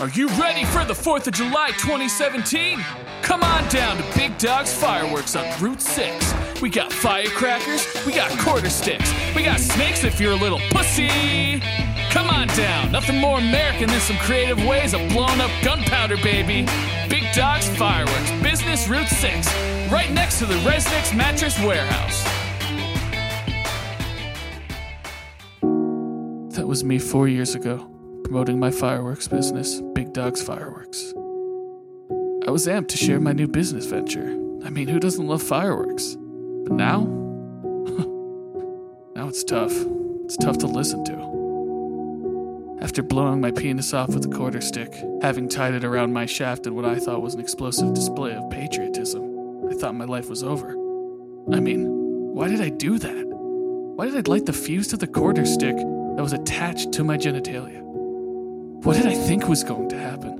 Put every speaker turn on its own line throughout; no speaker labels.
Are you ready for the 4th of July 2017? Come on down to Big Dog's Fireworks on Route 6. We got firecrackers, we got quarter sticks, we got snakes if you're a little pussy. Come on down. Nothing more American than some creative ways of blowing up gunpowder, baby. Big Dog's Fireworks, Business Route 6, right next to the Resnick's Mattress Warehouse. That was me four years ago, promoting my fireworks business, Big Dog's Fireworks. I was amped to share my new business venture. I mean, who doesn't love fireworks? But now? now it's tough. It's tough to listen to. After blowing my penis off with a quarter stick, having tied it around my shaft in what I thought was an explosive display of patriotism, I thought my life was over. I mean, why did I do that? Why did I light the fuse to the quarter stick that was attached to my genitalia? What did I think was going to happen?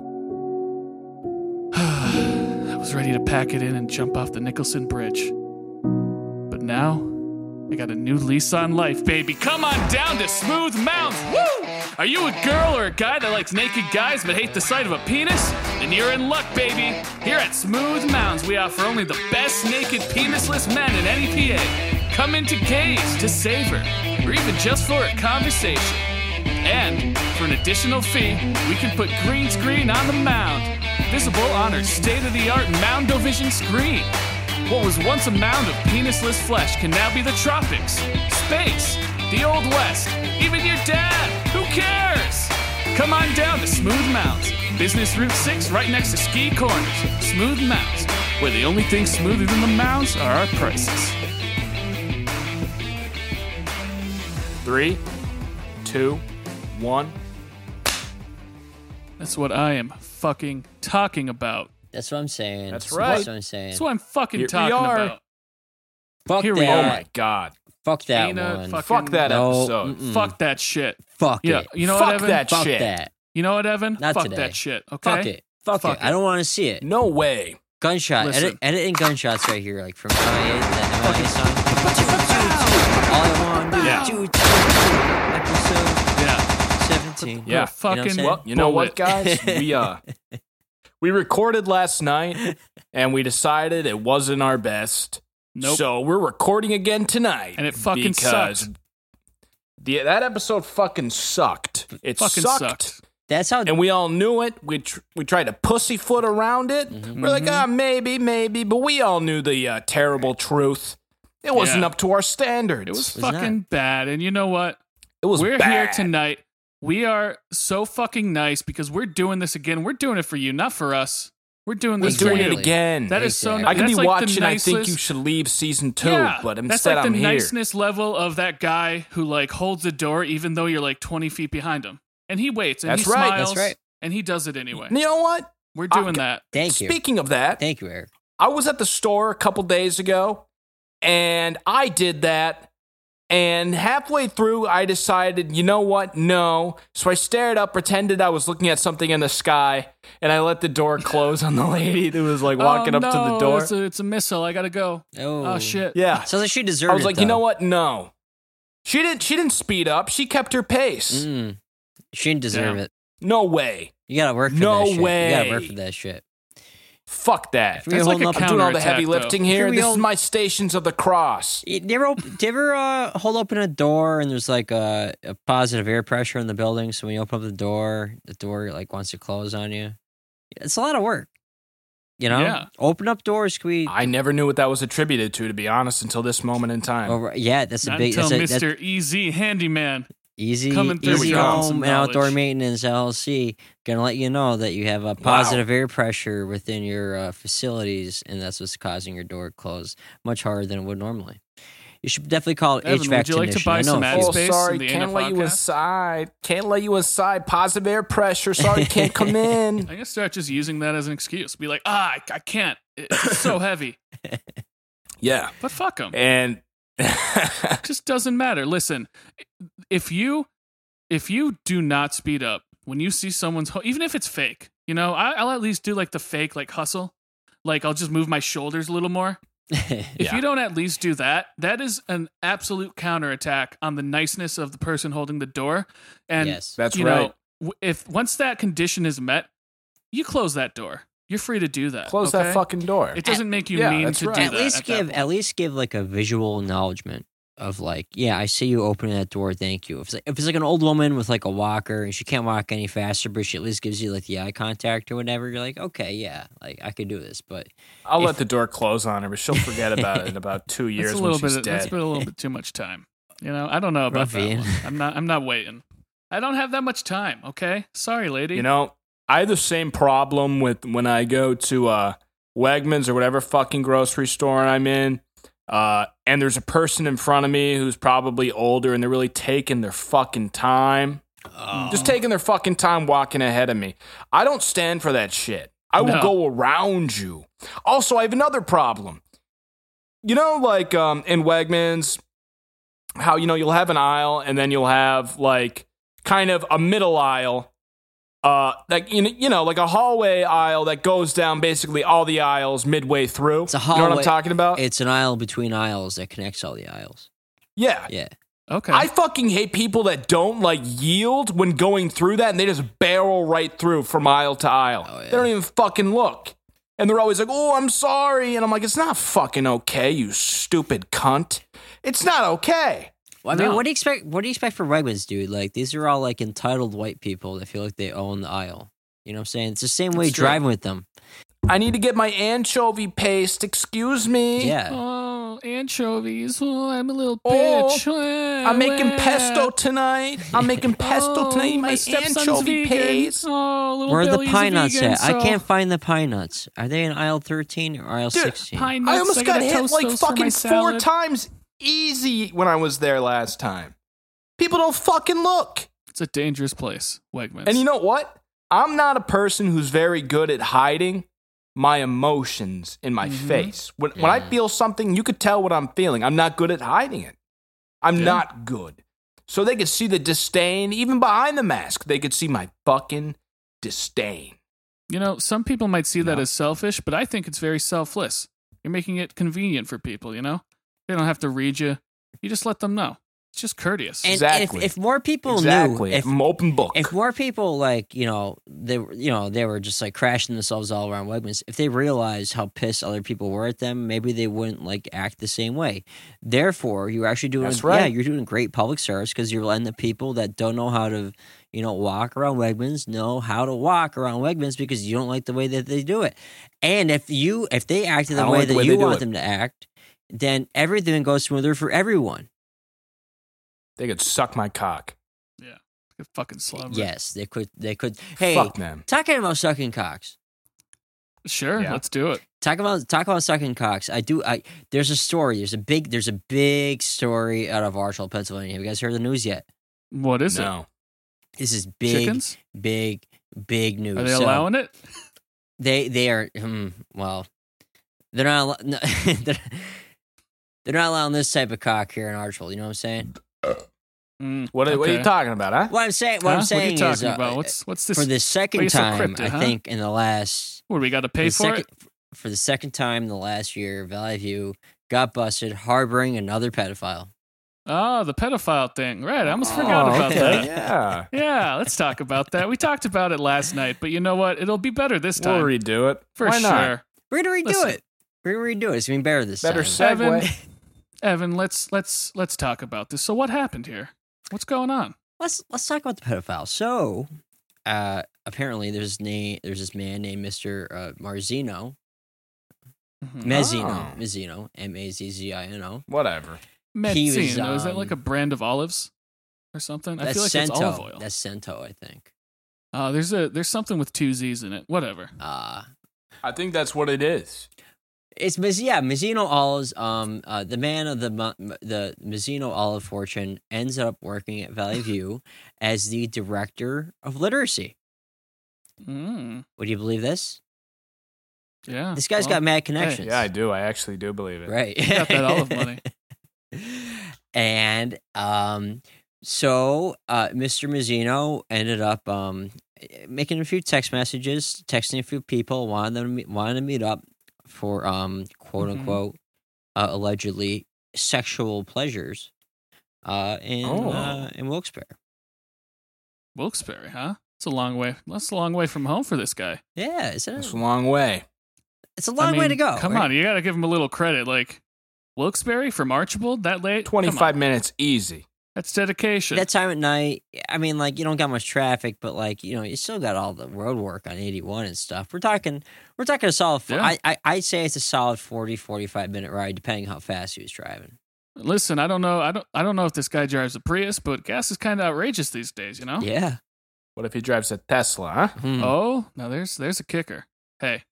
I was ready to pack it in and jump off the Nicholson Bridge. But now, I got a new lease on life, baby. Come on down to Smooth Mounds. Woo! Are you a girl or a guy that likes naked guys but hate the sight of a penis? Then you're in luck, baby. Here at Smooth Mounds, we offer only the best naked penisless men in any PA. Come in to gaze, to savor, or even just for a conversation. And for an additional fee, we can put green screen on the mound. Visible on our state of the art Moundovision screen. What was once a mound of penisless flesh can now be the tropics, space, the Old West, even your dad. Who cares? Come on down to Smooth Mounds, Business Route 6 right next to Ski Corners. Smooth Mounds, where the only things smoother than the mounds are our prices. Three, two, one. That's what I am fucking talking about.
That's what I'm saying.
That's right.
That's what I'm saying.
That's what I'm fucking
Here we
talking
are.
about.
fuck
here we
Oh
Yeah.
that.
my god.
Fuck that
Ain't a
one.
fuck-
Fuck that
No,
episode.
mm-mm.
Fuck that shit.
Fuck
Yeah,
it.
you know
Mm. Fuck
what, Evan?
that
fuck
shit.
that.
You know what, Evan?
Not
fuck
today.
that shit. Okay.
Fuck it. Fuck,
Fuck
it.
it.
I don't want to see it.
No way.
Gunshot. Edit,
Listen.
editing gunshots right here, like from Kanye. That Kanye song. All I want to
Yeah.
do is do- do- episode
Yeah.
Yeah.
17. You know what I'm
Fucking
saying?
Well, you know what,
Bullet.
guys? We uh we recorded last night and we decided it wasn't our best.
Nope.
So we're recording again tonight.
And it fucking
because
sucked.
The, that episode fucking sucked. It
fucking
sucked.
sucked.
That's how.
And we all knew it. We tr- we tried to pussyfoot around it.
Mm-hmm.
We're like, ah, maybe, maybe, but we all knew the uh, terrible truth. It wasn't
Yeah.
up to our standards.
It was
was not.
fucking bad. And you know what?
It was
We're here
bad.
tonight. We are so fucking nice because we're doing this again. We're doing it for you, not for us. We're doing
We're
this
doing
for
it
you.
again.
That is so.
Exactly.
Nice.
I could be
like the
watching. I think
nicest-
you should leave season two,
Yeah,
but
that's
instead
like the
I'm here.
niceness level of that guy who like holds the door even though you're like 20 feet behind him, and he waits and
That's
he
right,
smiles
that's right.
and he does it anyway.
You know what?
We're doing
Okay.
that.
Thank you.
Speaking of that,
Thank you, Eric.
I was at the store a couple days ago and I did that. And halfway through, I decided, you know what? No. So I stared up, pretended I was looking at something in the sky, and I let the door close on the lady that was like walking
Oh,
up to the
no,
door.
It's a, it's a missile. I gotta go.
Oh,
Oh shit.
yeah.
Sounds like she deserved
I was
it,
like, you know
though.
what? No. She didn't she didn't speed up. She kept her pace.
Mm. She didn't deserve
Damn.
it.
No way.
You gotta work for
No
that shit. You
way.
gotta work for that shit.
Fuck that.
If you're
That's like
holding
a
up
I'm doing all the heavy
counterattack,
lifting
though.
here.
Here we
This
all-
is my stations of the cross.
You you ever, op- do you ever uh, hold open a door and there's like a, a positive air pressure in the building? So when you open up the door, the door like wants to close on you. It's a lot of work, you know.
Yeah.
Open up doors, can we?
I never knew what that was attributed to, to be honest, until this moment in time.
Over, yeah, that's a
Not
big. That's,
until
a, that's
Mr. Easy Handyman.
easy.
coming through
Easy
with some
home and
knowledge.
outdoor maintenance LLC gonna let you know that you have a positive air pressure within your uh, facilities, and that's what's causing your door to close much harder than it would normally. You should definitely call it
Evan,
HVAC
would you like to
technician. I
buy
know
some
a
ad
few.
Oh,
space
sorry,
in the
can't
Anna
let you
podcast?
inside. Can't let you inside. Positive air pressure. Sorry, can't come in.
I'm gonna start just using that as an excuse. Be like, ah, I, I can't. It's so heavy.
Yeah,
But fuck them.
and
just doesn't matter. Listen, if you if you do not speed up when you see someone's ho- even if it's fake, you know, I, I'll at least do like the fake like hustle. Like I'll just move my shoulders a little more. If
Yeah.
you don't at least do that, that is an absolute counterattack on the niceness of the person holding the door. And
yes.
that's
you
right.
know, w- if once that condition is met, you close that door. You're free to do that.
Close
okay?
that fucking door.
It doesn't make you
Yeah,
mean
that's
to
right.
do
at
that.
least
at that
give
point.
at least give like a visual acknowledgement of like, yeah, I see you opening that door. Thank you. If it's like, if it's like an old woman with like a walker and she can't walk any faster, but she at least gives you like the eye contact or whatever, you're like, okay, yeah, like I could do this. But
I'll
if-
let the door close on her, but she'll forget about it in about two
That's
years
a
when
little
she's
bit. That's
dead.
been a little bit too much time. You know, I don't know about that.
Ruffian.
One. I'm not. I'm not waiting. I don't have that much time. Okay, sorry, lady.
You know, I have the same problem with when I go to uh, Wegmans or whatever fucking grocery store I'm in, uh, and there's a person in front of me who's probably older and they're really taking their fucking time.
oh,
Just taking their fucking time walking ahead of me. I don't stand for that shit. I will
No.
go around you. Also, I have another problem. You know, like um, in Wegmans, how you know you'll have an aisle and then you'll have like kind of a middle aisle, uh, like you know, you know, like a hallway aisle that goes down basically all the aisles midway through.
It's a
You know what
hallway-
I'm talking
uh,
about?
it's an aisle between aisles that connects all the aisles.
yeah.
Yeah.
okay.
I fucking hate people that don't like yield when going through that and they just barrel right through from aisle to aisle.
Oh, yeah.
They don't even fucking look. And they're always like, oh, I'm sorry. And I'm like, it's not fucking okay, you stupid cunt. It's not okay.
Well, I mean,
No.
what do you expect? What do you expect for Wegmans, dude? Like these are all like entitled white people that feel like they own the aisle. You know what I'm saying? It's the same way
That's true.
driving with them.
I need to get my anchovy paste. Excuse me.
Yeah.
oh, anchovies. Oh, I'm a little
Oh,
bitch.
I'm making pesto tonight. I'm making pesto
oh,
tonight. My,
stepson's
anchovy
vegan.
paste.
Oh, little
Where are the
Billy's a
pine nuts
vegan,
at? I
so
can't find the pine nuts. Are they in aisle 13 or aisle
Dude,
16?
Pine nuts.
I almost
gotta
got hit
toast
like
those for my
fucking
salad.
four times easy when I was there last time. People don't fucking look.
It's a dangerous place, Wegmans.
And you know what? I'm not a person who's very good at hiding my emotions in my
Mhm.
face. When, when I
Yeah.
feel something, you could tell what I'm feeling. I'm not good at hiding it. I'm
Yeah.
not good. So they could see the disdain, even behind the mask, they could see my fucking disdain.
You know, some people might see that
No.
as selfish, but I think it's very selfless. You're making it convenient for people, you know? They don't have to read you. You just let them know. It's just courteous.
and
Exactly.
if, if more people
exactly.
knew, if,
I'm open book.
if more people like, you know, they were, you know, they were just like crashing themselves all around Wegmans, if they realized how pissed other people were at them, maybe they wouldn't like act the same way. Therefore, you're actually doing,
That's right.
yeah, you're doing great public service because you're letting the people that don't know how to, you know, walk around Wegmans know how to walk around Wegmans because you don't like the way that they do it. And if you, if they acted
I
the
don't
way
like the
that
way they
you
do
want
it.
them to act, then everything goes smoother for everyone.
they could suck my cock.
You fucking slumber.
Yes, they could. They could. Hey,
Fuck them.
talking about sucking cocks.
Sure,
Yeah.
let's do it.
Talk about talk about sucking cocks. I do. I there's a story. There's a big. There's a big story out of Arshall, Pennsylvania. Have you guys heard the news yet?
What is
no.
This is
it?
big,
Chickens?
big, big news.
Are they
So,
allowing it?
They they are. Hmm, well, they're not. allo- No, they're, they're not allowing this type of cock here in Archville. You know what I'm saying?
Mm,
What, are- what are you
okay.
talking about, huh?
What I'm saying. What
Huh?
I'm saying
what are you
is
talking
uh,
about? What's, what's this?
for the
why
second
you so
time.
cryptic, huh?
I think in the last
what, do we got to pay
the
for
second,
it?
For the second time in the last year, Valley View got busted harboring another pedophile.
Oh, the pedophile thing. Right, I almost forgot about
okay.
that.
Oh, Yeah.
Yeah, let's talk about that. We talked about it last night, but you know what? It'll be better this
We'll
time.
redo it.
for
Why
sure.
not?
We're gonna redo
Listen.
it. We're gonna redo it. It's gonna be better this
Better
time.
Evan,
segue.
Evan, let's let's let's talk about this. So what happened here? What's going on?
let's let's talk about the pedophile. So, uh, apparently there's name there's this man named Mister uh, Marzino Mm-hmm.
Mhm.
Mezzino
Oh.
Mezzino M A Z Z I N O.
Whatever.
He was,
Mezzino. Uh, Is that like
um,
a brand of olives or something? I
That's
feel like it's olive
Cento.
oil.
That's Cento, I think.
Uh, there's a there's something with two Z's in it. Whatever.
Uh,
I think that's what it is.
It's Miz- yeah, Mizzino Olives. Um, uh, the man of the mo- the Mizzino Olive fortune ends up working at Valley View as the director of literacy.
Mm,
Would you believe this?
yeah.
This guy's
well,
got mad connections.
Yeah, I do. I actually do believe it.
right.
he got that olive money.
and um, so uh, Mr. Mizzino ended up um, making a few text messages, texting a few people, wanted them to meet, wanted to meet up for um, quote
Mhm.
unquote uh, allegedly sexual pleasures uh, in
Oh.
uh, in Wilkes-Barre.
Wilkes-Barre, huh? It's a long way. That's a long way from home for this guy.
Yeah, is it?
It's a long way.
It's a
I
long way
mean,
to go.
Come
right?
on, you got to give him a little credit. Like Wilkes-Barre from Archibald that late? Come on.
25 minutes easy.
That's dedication.
That time at night, I mean, like you don't got much traffic, but like you know, you still got all the road work on eighty one and stuff. We're talking, we're talking a solid.
Yeah.
I, I I'd say it's a solid 40, 45 minute ride, depending how fast he was driving.
Listen, I don't know. I don't I don't know if this guy drives a Prius, but gas is kind of outrageous these days, you know?
Yeah.
What if he drives a Tesla, huh?
Hmm.
Oh, now there's there's a kicker. Hey,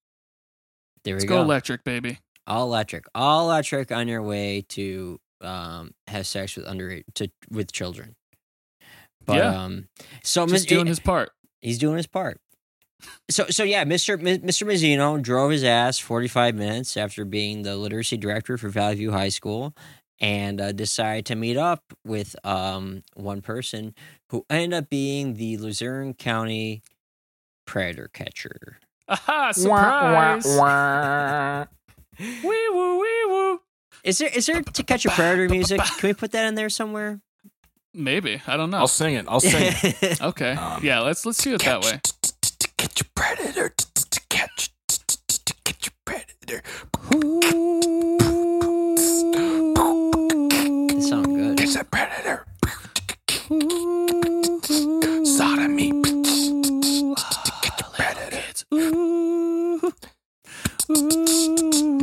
there we
let's
go.
go electric, baby.
all electric, all electric on your way to um have sex with underage to with children. But
Yeah.
um,
Oh,
so
Just
Mr.
doing his part.
He's doing his part. So so yeah, Mr. Mi- Mr. Mizzino drove his ass 45 minutes after being the literacy director for Valley View High School and uh, decided to meet up with um, one person who ended up being the Luzerne County predator catcher.
Aha!
Wah,
Surprise!
wah, wah.
Wee woo wee woo.
Is there is there to catch a predator music? Can we put that in there somewhere?
Maybe I don't know.
I'll sing it. I'll sing it.
okay,
Um,
yeah. Let's let's do it that way.
Catch your predator. Catch, catch your predator.
it sounds good.
It's a predator. Sodomy. Catch your predator.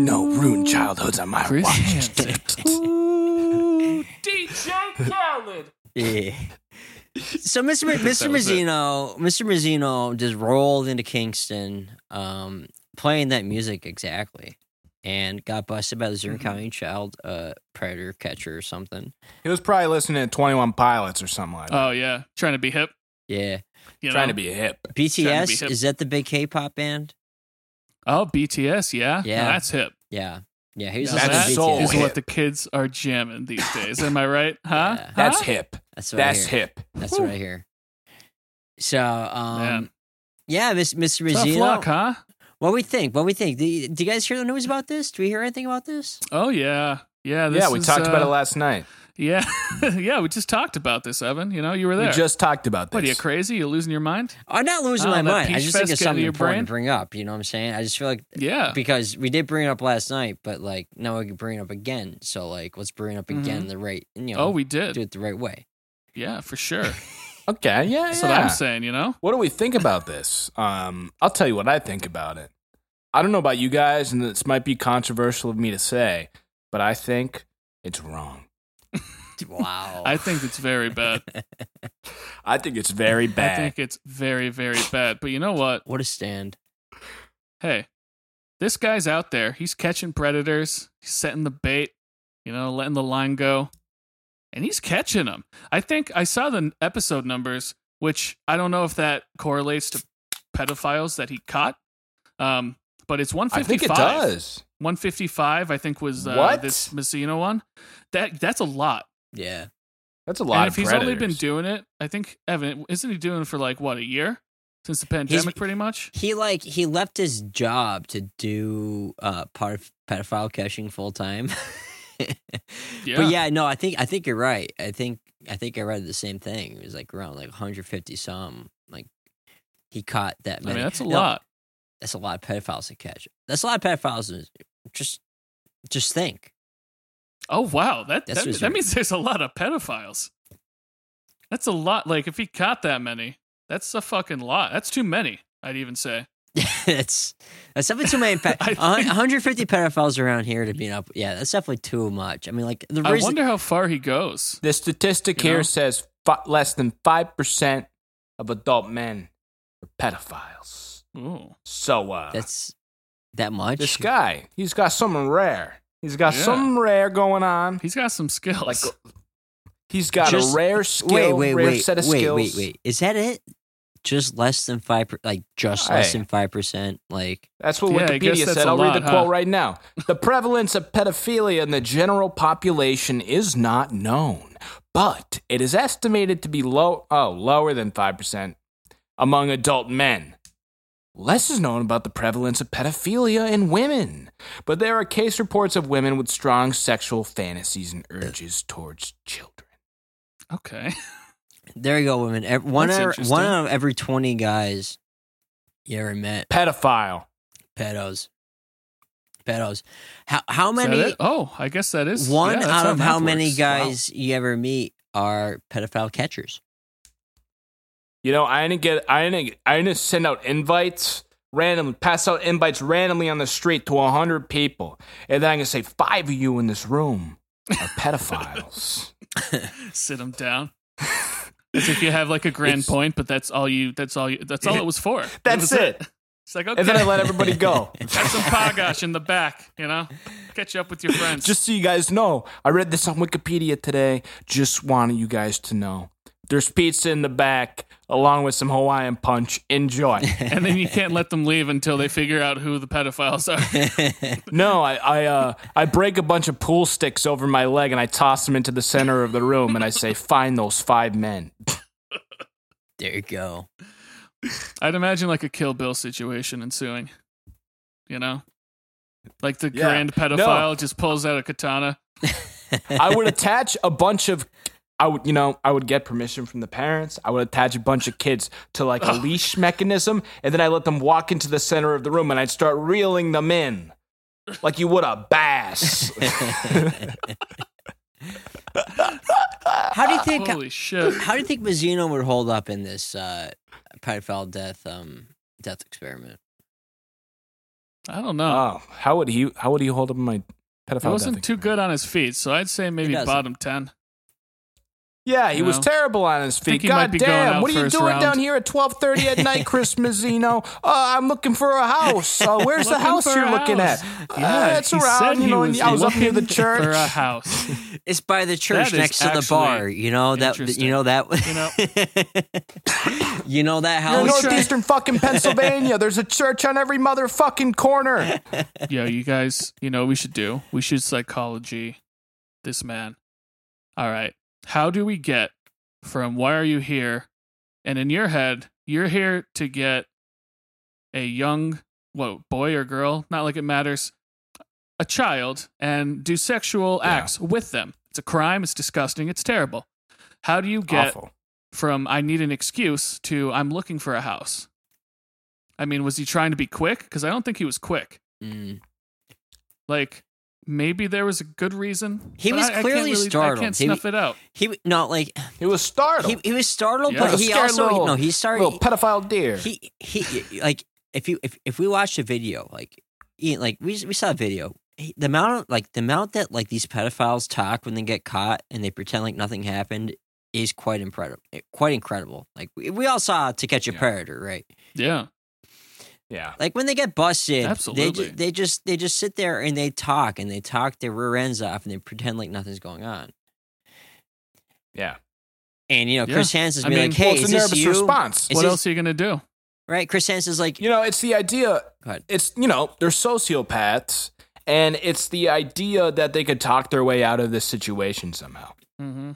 No ruined childhoods on my
Chris
watch.
Hansen. DJ Khaled.
Yeah. So Mr. Mi- Mr.
was it.
Mazzino, Mr. Mazzino just rolled into Kingston, um, playing that music exactly, and got busted by the Zurich County Child uh, Predator Catcher or something.
He was probably listening to 21 Pilots or something like that.
Oh yeah, trying to be hip.
Yeah,
You
Trying
know?
to be hip.
BTS
hip.
is that the big K-pop band?
Oh BTS, yeah,
Yeah.
Now that's hip.
Yeah, yeah. He was
Now
listening
that
to
that's so
BTS.
is
hip.
what the kids are jamming these days. Am I right? Huh?
Yeah.
That's
Huh?
hip.
That's what I
That's
hear.
hip.
That's
Whew.
what I hear. So, um,
Man.
yeah, Miss- Mr.
Tough
Mazzino.
luck, huh?
What we think? What we think? Do you, do you guys hear the news about this? Do we hear anything about this?
Oh yeah, yeah. This
yeah, we
is,
talked about
uh,
it last night.
Yeah, yeah. We just talked about this, Evan. You know, you were there.
We just talked about this.
what are you crazy? You losing your mind?
I'm not losing
Oh,
my
that
mind. I
peach
just think
fest
it's
get into
something
your Oh.
important to bring up. You know what I'm saying? I just feel like
Yeah,
because we did bring it up last night, but like now we can bring it up again. So like let's bring it up again the right you know
Mm-hmm. Oh, we did.
do it the right way.
Yeah, for sure.
okay, yeah,
That's
yeah.
what I'm saying, you know?
What do we think about this? Um, I'll tell you what I think about it. I don't know about you guys, and this might be controversial of me to say, but I think it's wrong.
Wow.
I think uh, it's very bad.
I think it's very
I
bad.
think it's very, very bad. But you know what?
what a stand.
Hey, this guy's out there. He's catching predators, he's setting the bait, you know, letting the line go, and he's catching them. I think I saw the episode numbers, which I don't know if that correlates to pedophiles that he caught. Um, but it's
I
155.
think it does.
155, I think, was uh,
What?
this Messina one. That That's a lot.
Yeah.
That's a
And
lot
if
of
he's only been
predators.
doing it, I think Evan isn't he doing it for like what a year since the pandemic, pretty much.
He like he left his job to do uh part of pedophile catching full time.
Yeah.
But yeah, no, I think I think you're right. I think I think I read the same thing. It was like around like 150 some. Like he caught
I
that
mean
many.
that's a
Now,
lot.
that's a lot of pedophiles to catch. That's a lot of pedophiles. to- Just, just think.
Oh wow, that
That's
that,
what's
that
right.
means there's a lot of pedophiles. That's a lot. Like if he caught that many, that's a fucking lot. That's too many. I'd even say.
that's that's definitely too many. Pe-
I think-
150 pedophiles around here to be up. Yeah, that's definitely too much. I mean, like the
I
reason.
wonder how far he goes.
The statistic
You
here
know?
says fi- less than 5% of adult men are pedophiles.
Ooh.
So, uh,
that's that much.
this guy, he's got something rare. He's got
Yeah.
something rare going on.
He's got some skills.
Like, he's got
Just-
a rare skill,
wait, wait,
rare
wait,
set of
wait,
skills.
wait, wait. Is that it? Just less than five, per- like just less
Hey.
than five percent. Like
That's what
Yeah, I guess
Wikipedia
that's
said.
a
I'll
lot,
read the
huh?
quote right now. The prevalence of pedophilia in the general population is not known, but it is estimated to be low oh, lower than 5% among adult men. Less is known about the prevalence of pedophilia in women, but there are case reports of women with strong sexual fantasies and urges towards children.
okay.
There you go, women. Ev- One,
That's
out,
interesting.
one out of every 20 guys you ever met,
Pedophile.
pedos. Pedos. How, how
Is that
many,
it? Oh, I guess that is yeah,
one
that's
out of
math
how many
works. Wow.
guys you ever meet are pedophile catchers?
You know, I didn't get, I didn't, I didn't send out invites randomly, pass out invites randomly on the street to hundred people, and then I can say five of you in this room are pedophiles.
Sit them down. As if you have like a grand
It's-
point, but that's all you. That's all you. That's all it was for. That
That's
was
it.
It's like okay,
And then I let everybody go.
have some pagash in the back. You know, catch up with your friends.
Just so you guys know, I read this on Wikipedia today. Just wanted you guys to know. There's pizza in the back, along with some Hawaiian punch. Enjoy.
and then you can't let them leave until they figure out who the pedophiles are.
No, I I, uh, I break a bunch of pool sticks over my leg and I toss them into the center of the room and I say, "Find those five men."
There you go.
I'd imagine like a Kill Bill situation ensuing. You know, like the
Yeah.
grand pedophile just pulls out a katana.
I would attach a bunch of, I would you know I would get permission from the parents. I would attach a bunch of kids to like a leash mechanism and then I let them walk into the center of the room and I'd start reeling them in, like you would a bass.
How do you think?
Holy shit!
How do you think Mazzino would hold up in this uh, pedophile death um, death experiment?
I don't know.
oh, how would he? How would he hold up my pedophile?
He wasn't
ethic?
too good on his feet, so I'd say maybe
doesn't.
bottom ten.
Yeah, he
You
was
know?
terrible on his
think
feet.
he might
God
be going
damn,
out
what are you
first
doing
round.
down here at twelve thirty at night, Chris Mazzino? Uh, I'm looking for a house. Uh, where's the
Looking
house
for
you're
a
looking at?
house.
uh, it's
he said
around. You
he
know,
was
I was up near the
looking for
church.
a house.
It's by the
is
church next to the
actually
bar. You know that.
interesting.
You know that.
You know.
you know that
You're in
house.
northeastern fucking Pennsylvania. There's a church on every motherfucking corner.
Yo, you guys, you know what we should do? We should psychology this man. All right. How do we get from why are you here? And in your head, you're here to get a young, what, boy or girl? Not like it matters. A child and do sexual
Yeah.
acts with them. It's a crime. It's disgusting. It's terrible. How do you get
Awful.
from I need an excuse to I'm looking for a house? I mean, was he trying to be quick? Because I don't think he was quick.
Mm.
Like maybe there was a good reason.
He
but
was
I- I can't
clearly
really-
startled.
I can't
He-
snuff it out.
He w- no like
He was startled.
he, he was startled,
Yeah.
but
Like
a
he
scared
also
little-
no he's
Little
startled.
pedophile deer.
He he like if you if, if we watched a video like Ian, like we we saw a video he- the amount of, like the amount that like these pedophiles talk when they get caught and they pretend like nothing happened is quite incredible quite incredible like we, we all saw to catch a
Yeah.
predator right
Yeah,
yeah.
like when they get busted they
Absolutely.
ju- they just they just sit there and they talk and they talk their rear ends off and they pretend like nothing's going on
Yeah.
and you know
Yeah.
Chris Hansen's
I
be
mean,
like
well,
hey
it's
is
a
this
nervous
you
response.
Is
what
this-
else are you gonna do?
right Chris Hansen's like
You know, it's the idea
Go ahead.
it's you know they're sociopaths and it's the idea that they could talk their way out of this situation somehow
Mm-hmm.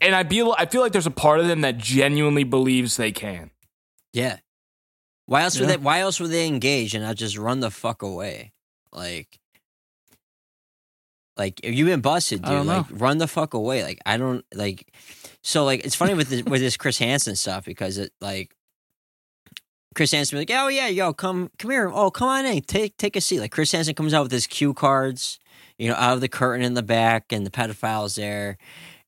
and i feel i feel like there's a part of them that genuinely believes they can
Yeah. Why else were
Yeah.
they why else were they engaged and not just run the fuck away? Like like if you've been busted,
I
dude,
don't
like run the fuck away. Like I don't like so like it's funny with this with this Chris Hansen stuff because it like Chris Hansen be like, oh yeah, yo, come come here. Oh, come on in. Take take a seat. Like Chris Hansen comes out with his cue cards, you know, out of the curtain in the back and the pedophile's there.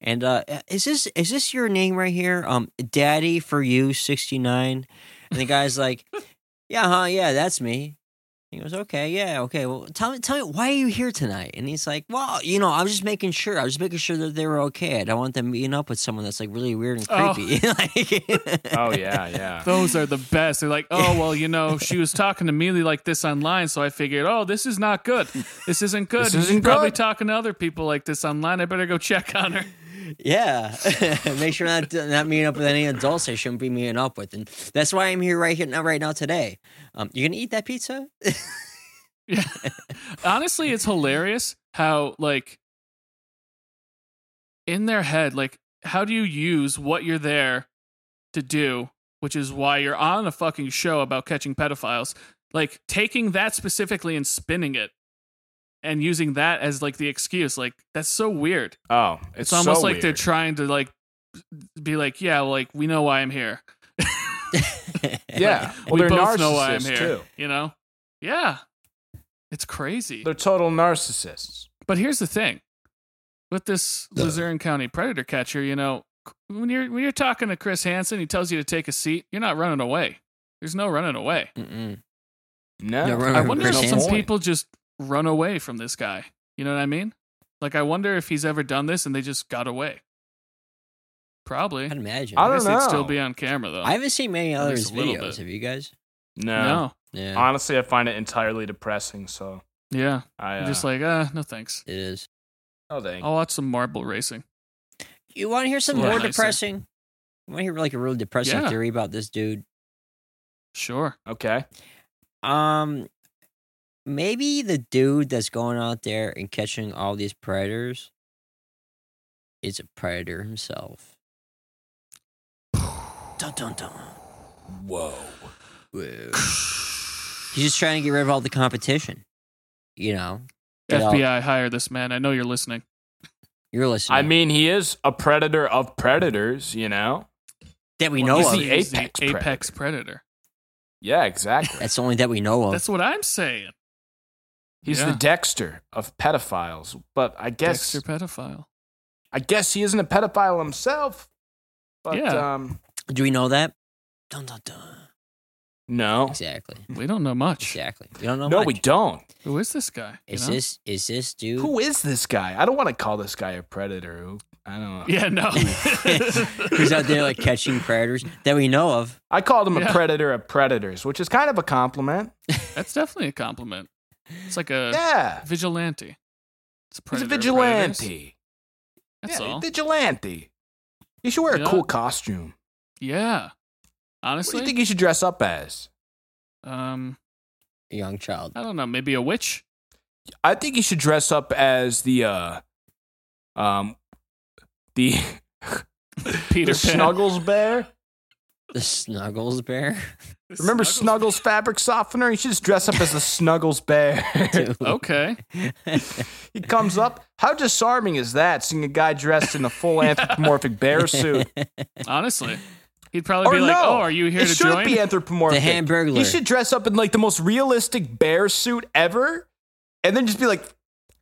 And uh is this is this your name right here? Um Daddy for you 69. And the guy's like, Yeah, huh, yeah, that's me. He goes, Okay, yeah, okay. Well tell me tell me why are you here tonight? And he's like, Well, you know, I was just making sure. I was just making sure that they were okay. I don't want them meeting up with someone that's like really weird and
Oh.
creepy. like,
oh yeah yeah
Those are the best. They're like, oh well, you know, she was talking to me like this online, so I figured, oh, this is not good. This isn't good.
This
She's
isn't
probably
good."
talking to other people like this online. I better go check on her.
Yeah, make sure not not meeting up with any adults I shouldn't be meeting up with, and that's why I'm here right here now, right now today. Um, you gonna eat that pizza?
Yeah. Honestly, it's hilarious how like in their head, like how do you use what you're there to do, which is why you're on a fucking show about catching pedophiles, like taking that specifically and spinning it and using that as like the excuse. Like that's so weird.
oh
It's, almost like they're trying to like be like, yeah, like we know why I'm here.
Yeah. Well,
we
they're
both know why I'm
narcissists,
here.
too.
You know? Yeah. It's crazy.
They're total narcissists.
But here's the thing. With this
Yeah.
Luzerne County predator catcher, you know, when you're when you're talking to Chris Hansen, he tells you to take a seat, you're not running away. There's no running away.
Mm-mm.
No.
Yeah, right,
I
Or
wonder
Chris
if some
Hansen.
people just run away from this guy. You know what I mean? Like I wonder if he's ever done this and they just got away. Probably.
I'd imagine.
I
I,
don't
guess they'd still
know.
be on camera though.
haven't seen many
At
other
least
videos.
a little bit.
Have you guys?
no.
no.
Yeah,
Honestly, I find it entirely depressing. So
Yeah.
I
I'm
uh,
just like, oh. uh, no thanks.
it is.
no thank
I'll watch some marble racing.
You want to hear something
Yeah.
more
Nicer.
depressing? You want to hear like a really depressing
Yeah.
theory about this dude?
Sure.
Okay.
Um, maybe the dude that's going out there and catching all these predators is a predator himself. Dun dun dun.
Whoa.
Whoa. He's just trying to get rid of all the competition. You know, Get out.
FBI, hire this man. I know you're listening.
you're listening.
I mean, he is a predator of predators. You know.
that we
Well,
know
he's
of.
the
He's the
apex,
apex
apex predator.
Yeah, exactly.
That's the only that we know of.
That's what I'm saying.
He's
Yeah.
the Dexter of pedophiles. But I guess
Dexter pedophile.
I guess he isn't a pedophile himself. But
Yeah.
um,
Do we know that? Dun dun dun.
no,
Exactly.
We don't know much.
Exactly. We don't know.
no,
much.
we don't.
Who is this guy? you
Is
know?
this is this dude?
Who is this guy? I don't want to call this guy a predator. Who I don't know.
Yeah, no.
who's out there like catching predators that we know of?
I called him
Yeah.
a predator of predators, which is kind of a compliment.
That's definitely a compliment. It's like a
yeah,
vigilante. It's a
he's a
predator of predators.
vigilante.
That's
yeah,
all.
vigilante. You should wear
Yeah.
a cool costume.
Yeah.
What do
Honestly,
you think you should dress up as?
um,
A young child.
I don't know. Maybe a witch.
I think you should dress up as the uh, um, the,
Peter
the
Pan.
Snuggles bear.
The Snuggles bear.
The
Remember Snuggles fabric softener? You should just dress up as the Snuggles bear.
Dude.
Oh, Okay.
He comes up. How disarming is that? Seeing a guy dressed in a full anthropomorphic bear suit.
Honestly, he'd probably
Or
be like,
no,
"Oh, are you here
it
to
shouldn't
join?"
be anthropomorphic.
The Hamburglar.
He should dress up in like the most realistic bear suit ever, and then just be like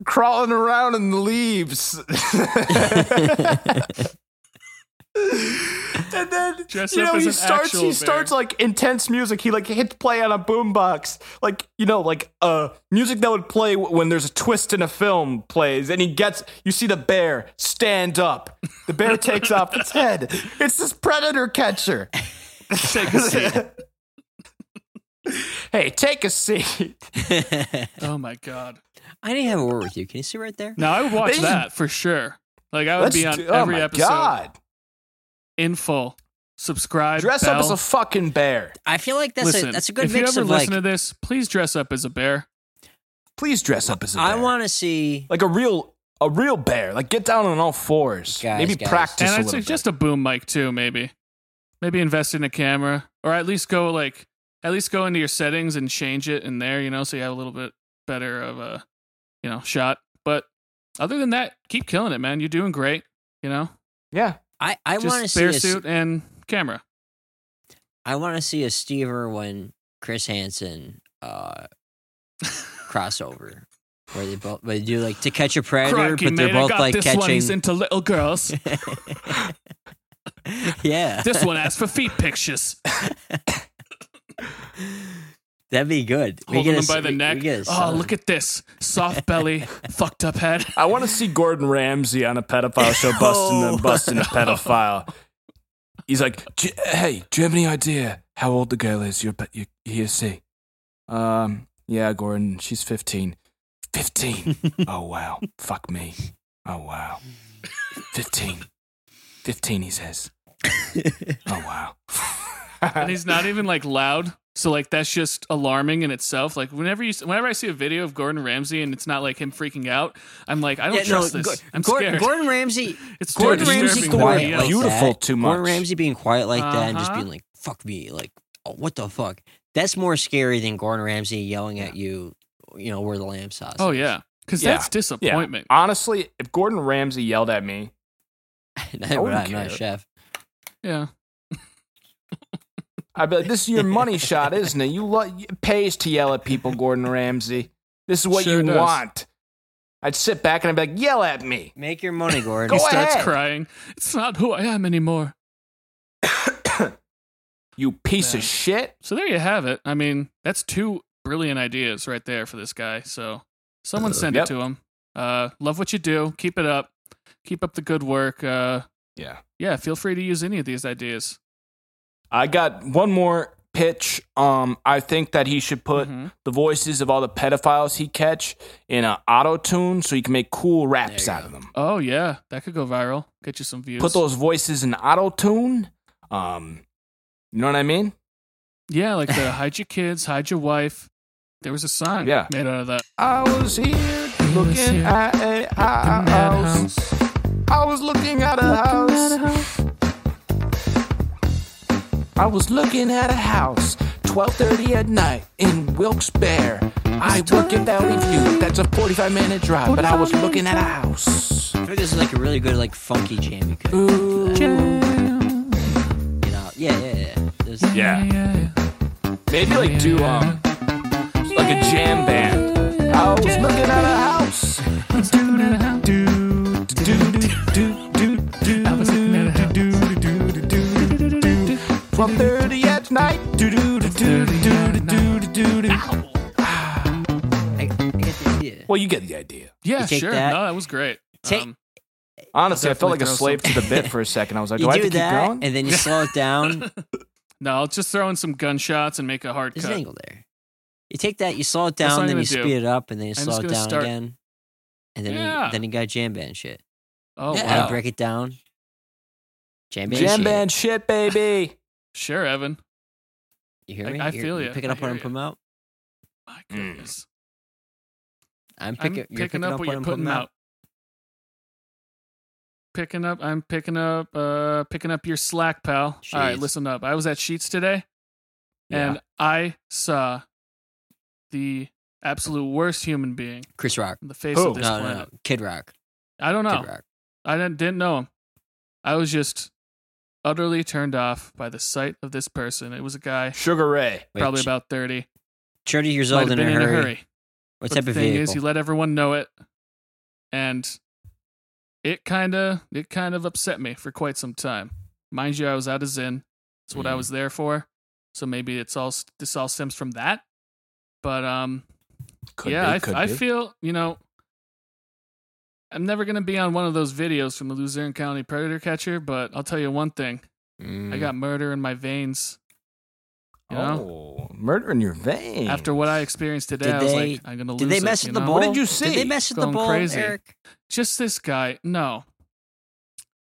crawling around in the leaves. and then
Dress
you
up
know
as
he
an
starts
actual
he
bear.
starts like intense music. He like hits play on a boombox, like you know like uh music that would play w- when there's a twist in a film plays, and he gets you see the bear stand up. The bear takes off its head. It's this predator catcher.
Take a seat.
Hey, take a seat.
Oh my god.
I need to have a word with you. Can you see right there?
Now I would watch
They-
that for sure. Like I would be on
do-
every
oh my
episode
God.
in full. Subscribe.
Dress
bell.
up as a fucking bear.
I feel like that's
listen.
a that's a good
if
mix
you ever
of like.
listen to this, please dress up as a bear.
Please dress up as a bear.
I want to see.
like a real a real bear. Like get down on all fours.
Guys,
Maybe
guys.
practice
And
a
I'd
little
say
bit.
just a boom mic too, maybe. Maybe invest in a camera, or at least go like at least go into your settings and change it in there. You know, so you have a little bit better of a you know shot. But other than that, keep killing it, man. You're doing great. You know,
yeah.
I I want to
just
see.
bear
a s-
suit and camera.
I want to see a Steve Irwin, Chris Hansen, uh, crossover where they both where they do like to catch a predator,
Crikey,
but they're
mate, I
both
got
like
this
catching.
one. He's into little girls.
yeah,
this one asks for feet pictures.
that'd be good. We
Holding
get a
him by
s- uh,
the
we- we
neck.
get a
Oh,
son.
look at this soft belly, fucked up head.
I want to see Gordon Ramsay on a pedophile show busting
Oh.
them, busting a pedophile. He's like, "J- "Hey, do you have any idea how old the girl is? You're, pe- you you see? Um, yeah, Gordon, she's 15. 15. oh wow, fuck me. Oh wow, 15. 15. He says. oh wow.
and he's not even like loud. So like that's just alarming in itself. Like whenever you, whenever I see a video of Gordon Ramsay and it's not like him freaking out, I'm like, I don't
Yeah,
trust
no,
this.
Gor-
I'm
Gor-
scared.
Gordon Ramsay.
it's too
Gordon
Gordon
disturbing for
Ramsay's
Ramsay
the
my
quiet,
quiet,
ears.
like
Beautiful
that.
too
Gordon
much.
Ramsay being quiet like that and just
Uh-huh.
being like, "Fuck me," like, "Oh, what the fuck." That's more scary than Gordon Ramsay yelling at you. You know where the lamb sauce.
Oh yeah, because
Yeah.
that's disappointment.
Honestly, if Gordon Ramsay yelled at me,
Not- we're not- I'm not a
care.
chef.
Yeah.
I'd be like, this is your money shot, isn't it? You lo- it pays to yell at people, Gordon Ramsay. This is what
Sure
you
does.
want. I'd sit back and I'd be like, yell at me.
Make your money,
He
Gordon.
Go
starts
ahead.
crying. It's not who I am anymore.
You piece
Man.
of shit.
So there you have it. I mean, that's two brilliant ideas right there for this guy. So someone send
Yep.
it to him. Uh, love what you do. Keep it up. Keep up the good work. Uh,
Yeah.
yeah, feel free to use any of these ideas.
I got one more pitch. Um, I think that he should put
Mhm.
the voices of all the pedophiles he catch in an auto tune so he can make cool raps
There you
out
go.
of them.
Oh yeah, that could go viral. Get you some views.
Put those voices in auto tune. Um, you know what I mean?
yeah, like the hide your kids, hide your wife. There was a song
Yeah.
made out of that.
I was here looking
here
at a house. I was looking at a house. I was looking at a house. 12:30 at night in Wilkes-Barre. I work at Valley View. That's a 45-minute drive, but I was looking at a house.
I feel like this is like a really good, like funky jam you could,
Mm.
Ooh.
you know. Yeah, yeah, yeah. There's-
Yeah.
Yeah.
Maybe like do um like a jam band. I was looking at a house. Do do do do do.
I was looking at a house.
do do do do do do do. 12:30 at night. Do do do do do do do do do.
I, I get the idea.
Well, you get the idea.
Yeah,
take
sure.
that.
No, that was great. Um,
Take-
Honestly, I felt like a
Definitely
slave to the bit for a second. I was like, do
You
I have to
do
keep
that,
going?
and then you slow it down.
no, I'll just throw in some gunshots and make a hard
There's an
cut.
angle there. You take that, you slow it
That's what
down,
I'm
then you
gonna do.
speed it up, and then you
I'm
slow
just
it
gonna
down
start-
again. And then
Yeah.
you, then you got jam band shit.
Oh
Gotta
wow,
break it down. Jam band.
Jam
shit.
band shit, baby.
sure, Evan.
You hear
I-
me?
I
You're-
feel
you
ya.
Picking
I
up what
hear
I'm
ya.
putting out.
My goodness,
I'm
I'm
picking. you're
picking up what you're
I'm
putting out. Picking up, I'm picking up, uh, picking up your slack, pal. All right,
Jeez.
listen up. I was at Sheets today, and I saw the absolute worst human being
Chris Rock.
on the face
Who?
of this
No, no,
planet.
no. Kid Rock.
I don't know.
Kid Rock.
I didn't, didn't know him. I was just utterly turned off by the sight of this person. It was a guy,
Sugar Ray.
Wait,
probably
ch-
about thirty,
thirty years
might
old
have
in
been
a
in a
hurry.
hurry.
What
But
type
the
of
thing
vehicle?
is, you let everyone know it, and it kind of it kind of upset me for quite some time. Mind you, I was out of Zin. That's what I
Mm.
was there for. So maybe it's all this all stems from that. But um, yeah, I, I feel you know, I'm never gonna be on one of those videos from the Luzerne County Predator Catcher. But I'll tell you one thing: I
Mm.
got murder in my veins. You know,
Oh, murder in your veins.
after what I experienced today,
Oh, Did
I was
they-
like, I'm gonna lose.
Did they
it,
mess
you
with the
know?
bowl?
What did you
Did
see?
they mess with the
Going
bowl,
crazy.
Eric?
just this guy. No.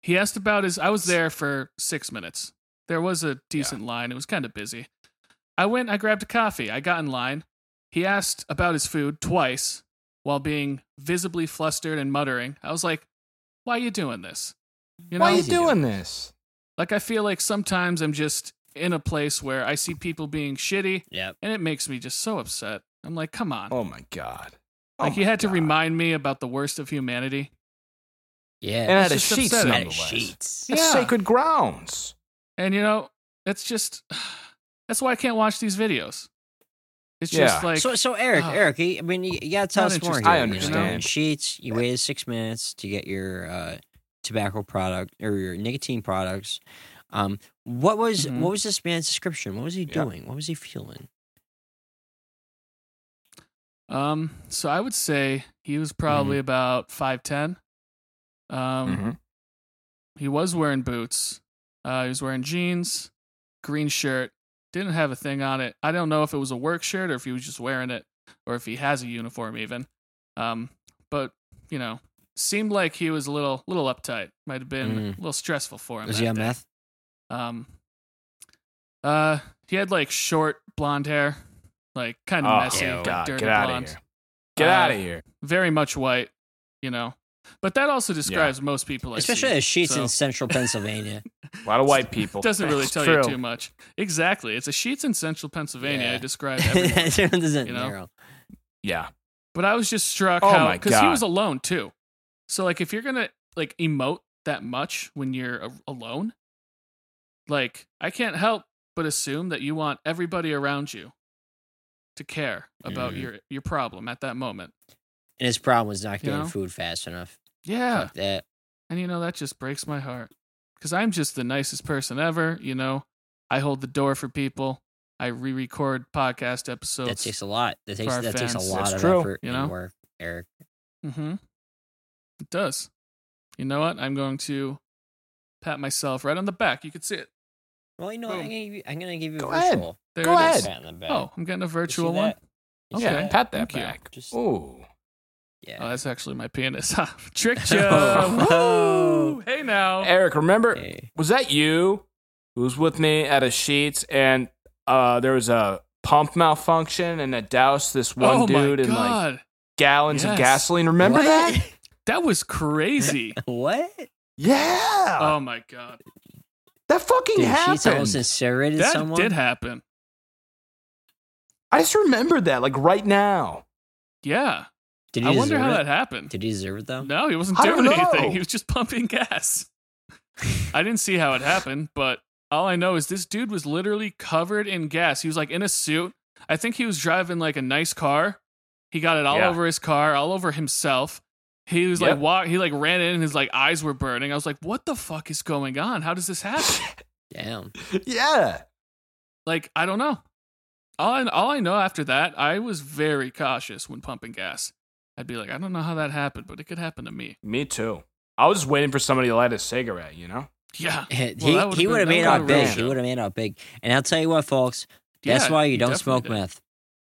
He asked about his. I was there for six minutes. There was a decent line. It was kind of busy. I went, I grabbed a coffee. I got in line. He asked about his food twice while being visibly flustered and muttering. I was like, why are you doing this? You know,
Why are you
Easy
doing
doing.
this?
like I feel like sometimes I'm just in a place where I see people being shitty
Yep.
and it makes me just so upset. I'm like, come on.
Oh my god! Oh
like,
my
you had to
God.
remind me about the worst of humanity.
Yeah.
And out of
It's just
sheets,
upsetting.
Out of
nonetheless.
sheets.
That's
Yeah.
sacred grounds.
And you know, that's just that's why I can't watch these videos. It's just
Yeah.
like
so, so Eric,
Ah.
Eric, you- I mean, you, you gotta tell
Not
us more.
interesting,
here,
I
you know,
understand.
you're in sheets. You waited six minutes to get your uh, tobacco product or your nicotine products. Um, what was
Mhm.
what was this man's description? What was he
Yeah.
doing? What was he feeling?
um so I would say he was probably
Mm-hmm.
about 5'10. Um
Mhm.
he was wearing boots. Uh he was wearing jeans, green shirt, didn't have a thing on it. I don't know if it was a work shirt or if he was just wearing it or if he has a uniform even. Um but you know, seemed like he was a little little uptight. Might have been
Mm.
a little stressful for him.
Was
that
he on
day.
meth?
Um, uh, he had like short blonde hair, like kind of
Oh,
messy,
ew.
like,
God,
dirty
get outta
blonde,
here. Get
Uh,
out of here.
very much white, you know. But that also describes most people, I see,
Especially as sheets
so
in central Pennsylvania.
A lot of white people.
Doesn't really
It's
tell
true.
you too much. Exactly, it's a sheets in central Pennsylvania.
Yeah.
I described everyone.
that doesn't
you know?
narrow.
Yeah.
but I was just struck
Oh
how
my
because he
God.
was alone too. So like, if you're gonna like emote that much when you're a- alone. Like, I can't help but assume that you want everybody around you to care about
Mhm.
your your problem at that moment.
And his problem was not
You
getting
know?
food fast enough.
Yeah.
Fuck that.
And you know, that just breaks my heart. Because I'm just the nicest person ever, you know. I hold the door for people. I re record podcast episodes.
That takes a lot. That takes
our
that takes a
fans.
lot
It's
of
true,
effort
you know?
and work, Eric.
Mm-hmm. It does. You know what? I'm going to pat myself right on the back. You can see it.
Well, you know, what? I'm
Boom.
gonna give you, I'm gonna give you
Go
a
ahead.
virtual.
There
Go
it is.
ahead.
pat on the back.
Oh, I'm getting a
You see
virtual
that?
one.
You see
Okay.
Yeah, pat that
Thank you.
back.
Just-
Ooh.
Yeah.
Oh, that's actually my penis. Ha, Tricked you.
Oh.
Woo! Hey now.
Eric, remember
Hey.
was that you who was with me at a sheets and uh there was a pump malfunction and it doused this one
oh
dude
my
in like
god,
gallons
Yes.
of gasoline. Remember that?
that was crazy.
what?
Yeah.
oh my god,
that fucking
Dude, she's
happened.
almost incinerated
that
someone.
did happen.
I just remembered that like right now.
Yeah,
Did he
I wonder
deserve
how
it?
that happened.
Did he deserve it though?
No, he wasn't
I don't
doing
know.
anything. He was just pumping gas. I didn't see how it happened, but all I know is this dude was literally covered in gas. He was like in a suit. I think he was driving like a nice car. He got it all
Yeah.
over his car, all over himself. He was
Yep.
like walk he like ran in and his like eyes were burning. I was like, "What the fuck is going on? How does this happen?"
Damn.
yeah.
like, I don't know. All I, all I know after that, I was very cautious when pumping gas. I'd be like, "I don't know how that happened, but it could happen to me."
Me too. I was waiting for somebody to light a cigarette, you know?
Yeah.
he
that would've
he would have
been-
made
that
out
would've been
big.
a
He
show.
would have made out big. And I'll tell you what, folks. That's
Yeah,
why you
he
don't
definitely
smoke
did.
meth.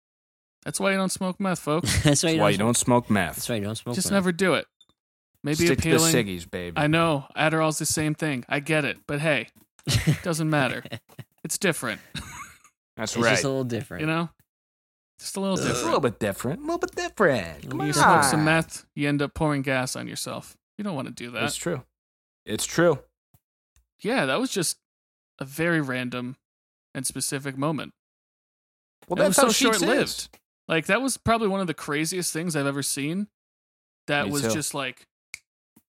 That's why you don't smoke meth, folks.
That's why
That's
you
why
don't.
you don't smoke
That's
meth.
why you don't smoke.
Just
meth.
never do it. Maybe
Stick
appealing.
to the ciggies, baby.
I know Adderall's the same thing. I get it, but hey, doesn't matter. It's different,
That's
It's
right.
just a little different.
you know. Just a little
It's a little
different.
bit different. A little bit different. Come
When you
on.
smoke some meth, you end up pouring gas on yourself. You don't want to do
It's
that.
true. It's true.
Yeah, that was just a very random and specific moment.
Well,
It was
that's how
so
Sheets
short-lived.
is.
Like that was probably one of the craziest things I've ever seen. That
Me
was
too.
just like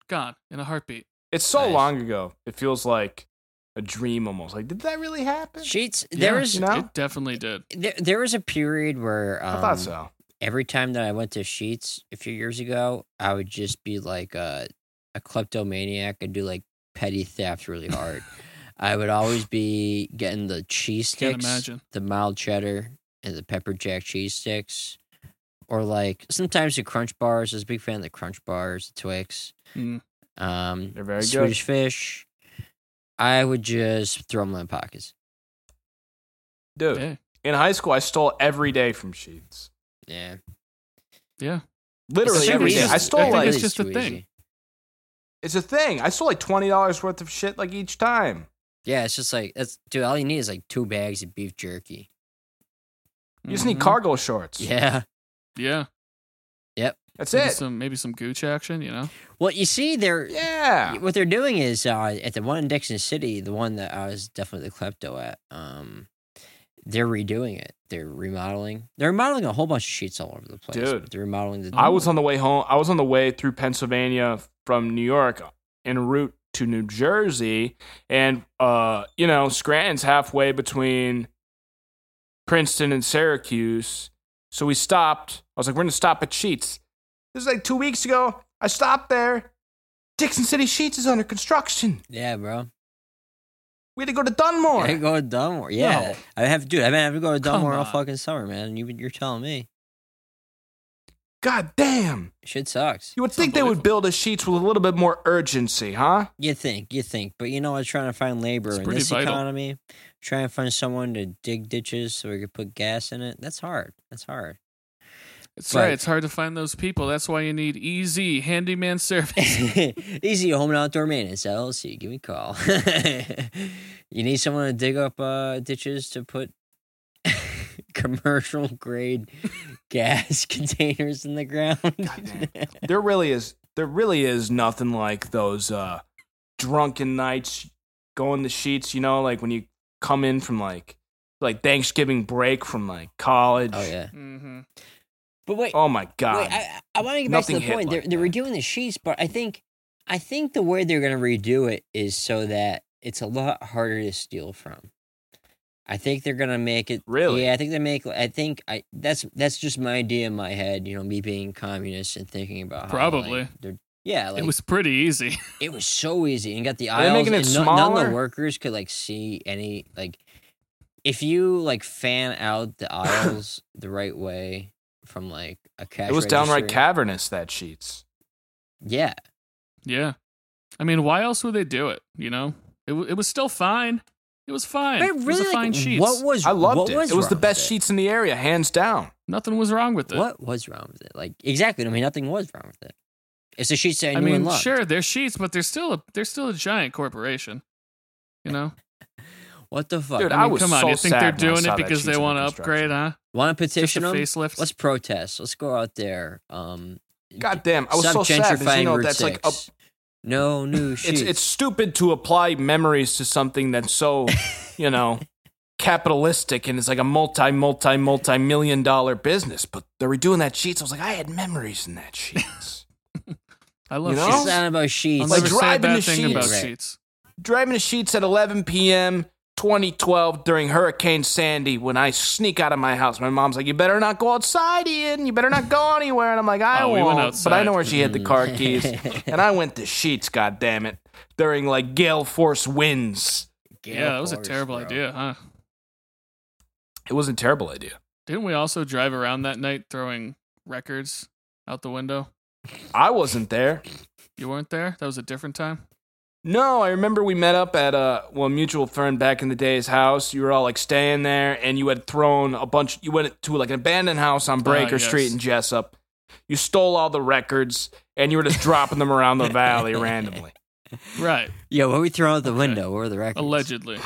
gone in a heartbeat.
It's so
Nice.
long ago. It feels like a dream almost. Like, did that really happen?
Sheets. There
Yeah,
was
you know? No?
It definitely did.
there, there was a period where um,
I thought so.
every time that I went to Sheets a few years ago, I would just be like a, a kleptomaniac and do like petty theft really hard. I would always be getting the cheese
Can't
sticks,
imagine.
the mild cheddar, and the pepper jack cheese sticks, or like sometimes the crunch bars. I was a big fan of the crunch bars, the Twix,
Mm.
um,
They're very good.
Swedish fish. I would just throw them in my pockets.
Dude,
Yeah.
in high school, I stole every day from Sheets.
Yeah,
Yeah.
Literally
It's
every
too
day.
easy.
I
I
stole
think
like
it's
it's,
just a thing.
a thing. I stole like twenty dollars worth of shit like each time.
Yeah, it's just like that's dude. All you need is like two bags of beef jerky.
You just need
Mhm.
cargo shorts.
Yeah.
Yeah.
That's
Maybe
it.
some maybe some gooch action, you know?
Well, you see, they're
Yeah.
what they're doing is uh, at the one in Dixon City, the one that I was definitely the klepto at. Um, they're redoing it. They're remodeling. They're remodeling a whole bunch of sheets all over the place.
Dude.
but they're remodeling the.
I was on the way home. I was on the way through Pennsylvania from New York en route to New Jersey. And, uh, you know, Scranton's halfway between Princeton and Syracuse. So we stopped. I was like, we're going to stop at Sheets. This is like two weeks ago. I stopped there. Dixon City Sheets is under construction.
Yeah, bro.
We had to go to
I
Dunmore.
go to Dunmore. Yeah, I have, dude. I've been having to go to
Come
Dunmore all
on.
fucking summer, man. You, you're telling me
God damn.
shit sucks.
You would think they would build a Sheets with a little bit more urgency, huh?
You think, you think, but you know what? Trying to find labor
It's
in
pretty
this
vital.
economy, trying to find someone to dig ditches so we could put gas in it. That's hard. That's hard.
It's
But-
right. It's hard to find those people. That's why you need easy handyman service.
Easy home and outdoor maintenance LLC. Give me a call. you need someone to dig up uh, ditches to put commercial grade gas containers in the ground.
there really is there really is nothing like those uh drunken nights going the sheets you know like when you come in from like like thanksgiving break from like college
oh yeah,
mm-hmm.
but wait,
Oh, my god
Wait, I, I want to get back to
Um, Nothing
the
hit
point.
like
they're, they're
that.
redoing the sheets, but I think I think the way they're going to redo it is so that it's a lot harder to steal from. I think they're going to make it
Really?
Yeah, I think they make I think I that's that's just my idea in my head, you know, me being communist and thinking about how,
Probably.
like, they're yeah, like
it was pretty easy.
it was so easy and got the
Are they
aisles.
making it
and no- None of
smaller?
the workers could like see any like if you like fan out the aisles the right way from like a cash.
It was downright
register-
cavernous that sheets.
Yeah,
yeah. I mean, why else would they do it? You know, it, w- it was still fine. It was fine.
But
it was
really,
a
like,
fine sheets.
What was
I loved
what
it.
Was
it was the
wrong
best
with it?
sheets in the area, hands down.
Nothing was wrong with it.
What was wrong with it? Like exactly. I mean, nothing was wrong with it. It's the sheets that I
I
knew and
mean,
loved.
sure, they're sheets, but they're still a they're still a giant corporation. You know,
What the fuck?
Dude,
I
I
mean,
was
come on,
so
you think they're
sad when I
doing
saw
it
that
because
sheets
they
under
want to upgrade, huh?
want to
Just a
petition them?
facelift.
Let's protest. Let's go out there. Um,
God damn, I was so sad. 'cause,
gentrifying
You know,
Route
that's like a,
six. no new sheets.
it's it's stupid to apply memories to something that's so, you know, capitalistic and it's like a multi multi multi million dollar business. But they were doing that sheets. I was like, I had memories in that sheets.
I love
You know? uh,
It's
sheets.
not about sheets.
I'll
Like
never say a
driving
bad
the
thing about
sheets. Right.
sheets.
driving the sheets at 11 p.m. 2012 during Hurricane Sandy when I sneak out of my house. My mom's like, "You better not go outside, Ian. You better not go anywhere." And I'm like, "I
Oh, we
won't."
went
but I
outside.
know where she hid the car
Mm.
keys, and I went to sheets. God damn it! During like gale force winds,
Gale
yeah, that was a
force,
terrible
bro.
idea, huh?
it was a terrible idea.
Didn't we also drive around that night throwing records out the window?
I wasn't there.
You weren't there. That was a different time.
No, I remember we met up at a well a mutual friend back in the day's house. You were all like staying there, and you had thrown a bunch. You went to like an abandoned house on Breaker
yes.
Street in Jessup. You stole all the records, and you were just dropping them around the valley randomly.
Right,
Yo, what we throw out the window? What were the records?
allegedly.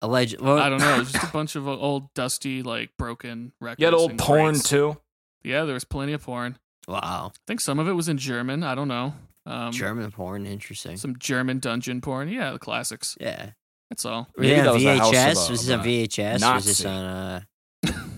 Alleged.
I don't know. It was just a bunch of uh, old, dusty, like broken records.
You had old
and
porn
crates.
too.
Yeah, there was plenty of porn.
Wow.
I think some of it was in German. I don't know. Um,
German porn. Interesting.
Some German dungeon porn. Yeah, the classics.
yeah.
That's all.
Was
Maybe
it
that
on
was the house of
VHS?
a-
was
of
this on
a
VHS? Was this
Nazi.
on uh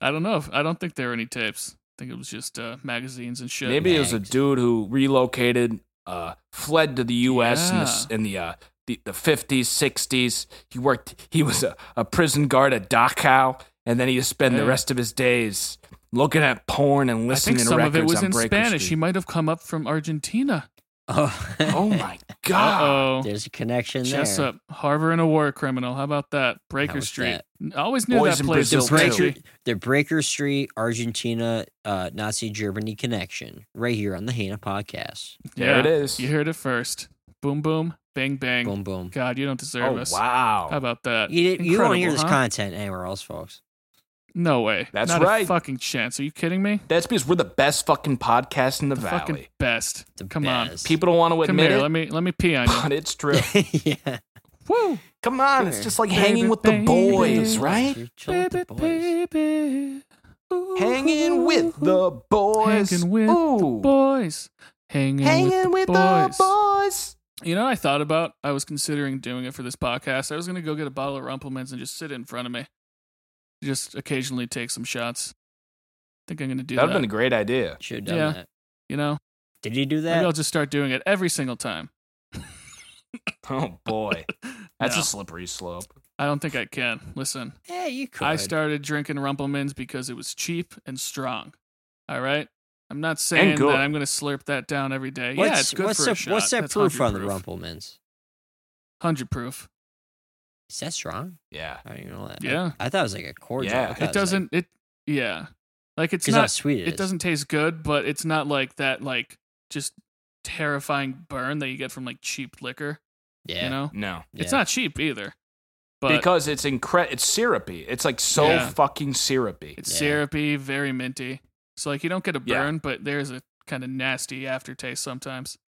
I don't know. If, I don't think there were any tapes. I think it was just uh, magazines and shit.
Maybe it was a
Mags.
dude who relocated, uh, fled to the U.S. in the s-
Yeah.
in the, uh, the the 50s, 60s. He worked. He was a, a prison guard at Dachau, and then he just spent the
Hey.
rest of his days looking at porn and
I
listening
think
to
some of
records
it was
on
in
Breaker
Spanish. He
Street.
might have come up from Argentina.
Oh,
oh my god!
Uh oh.
There's a connection there.
Jessup, Harvard and a war criminal. How about that? Breaker
was
Street.
that?
N- I always knew
Boys
that
in
place
The
Brazil,
was
too.
sketchy.
Breaker, the Breaker Street, Argentina, uh, Nazi Germany connection, right here on the Hana podcast.
There it is.
You heard it first. Boom, boom, bang, bang.
Boom, boom.
God, you don't deserve
oh
us.
wow!
How about that?
You, didn't, you won't hear
Incredible,
this
huh?
content anywhere else, folks.
No way.
That's
Not
right.
A fucking chance. Are you kidding me?
That's because we're the best fucking podcast in the, valley.
Fucking best.
The
Come on.
best.
People don't want to
Come
admit
here.
it,
Let me let me pee on you.
but it's true.
yeah.
Woo.
Come on,
Here.
it's just like
Baby,
hanging with the
baby.
boys, right?
You're chill with the boys.
baby. Ooh.
Hanging with the boys.
Hanging with the
Ooh.
boys. Hanging,
Hanging
with, the, boys.
boys.
You know, what I thought about. I was considering doing it for this podcast. I was gonna go get a bottle of Rumplemans and just sit it in front of me, just occasionally take some shots. I think I'm gonna do
That would
that.
have been a great idea.
Should have done
Yeah.
that.
you know,
Did you do
maybe I'll
that?
just start doing it every single time.
Oh boy, that's
No.
a slippery slope.
I don't think I can. Listen,
Yeah, you could.
I started drinking Rumplemans because it was cheap and strong. All right. I'm not saying
good.
that I'm going to slurp that down every day.
What's,
yeah, it's good
what's
for
the,
a shot.
What's that
That's
proof
100
on the Rumplemans?
Hundred proof.
Is that strong?
Yeah,
I don't even know that. I-
Yeah.
I, thought it was like a cordial.
Yeah.
I thought
It doesn't. It yeah. Like it's
Because how
not.
sweet it
It
is.
doesn't taste good, but it's not like that. Like just terrifying burn that you get from like cheap liquor.
Yeah.
You know,
no,
it's not cheap either. But
because it's incre- It's syrupy. It's like so
Yeah.
fucking syrupy.
it's
Yeah.
syrupy, very minty. So like you don't get a
Yeah.
burn, but there's a kind of nasty aftertaste sometimes.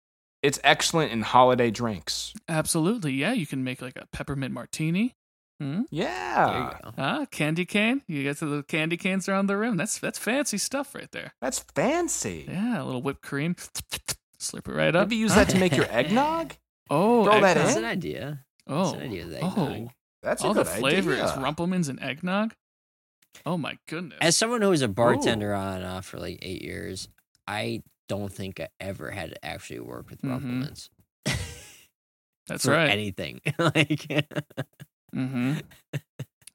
It's excellent in holiday drinks.
Absolutely, yeah. You can make like a peppermint martini. Hmm?
There
Yeah,
you go.
Ah, candy cane. You get to the candy canes around the rim. That's that's fancy stuff right there.
that's fancy.
Yeah, a little whipped cream. Slurp it right up.
Maybe use
huh?
that to make your eggnog.
Oh,
throw that
eggnog.
That's
in.
an idea.
Oh,
an idea that
oh,
eggnog.
That's a
all the
good
flavor
idea.
is Rumplemans and eggnog. Oh my goodness.
As someone who was a bartender on and off for like eight years, I don't think I ever had to actually work with
Mhm.
supplements
That's
for
right.
anything. like,
hmm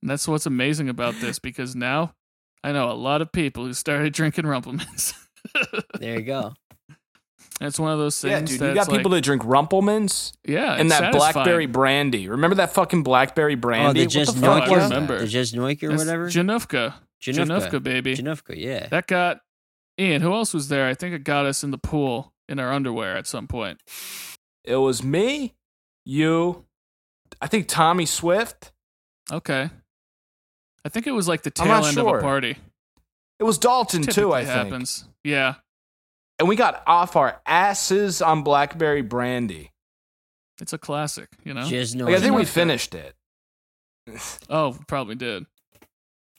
that's what's amazing about this because now I know a lot of people who started drinking rumplements.
there you go. Oh,
That's one of those things.
Yeah, dude, you
that's
got
like-
people that drink Rumplemans
yeah,
and
it's
that
satisfying.
blackberry brandy. Remember that fucking blackberry brandy?
oh, the
What
just
the fuck
Nokia-
was
I
that?
remember.
the just Noik or
That's
whatever.
Janufka.
Janufka.
Janufka, baby.
Janufka, yeah.
That got Ian. Who else was there? I think it got us in the pool in our underwear at some point.
It was me, you, I think Tommy Swift.
Okay. I think it was like the
I'm
tail
not
end of
sure.
a party.
It was Dalton too,
Typically
I think.
happens. Yeah,
And we got off our asses on blackberry brandy.
it's a classic. You know.
Just
Like, I think we
Noik.
finished it.
Oh, probably did.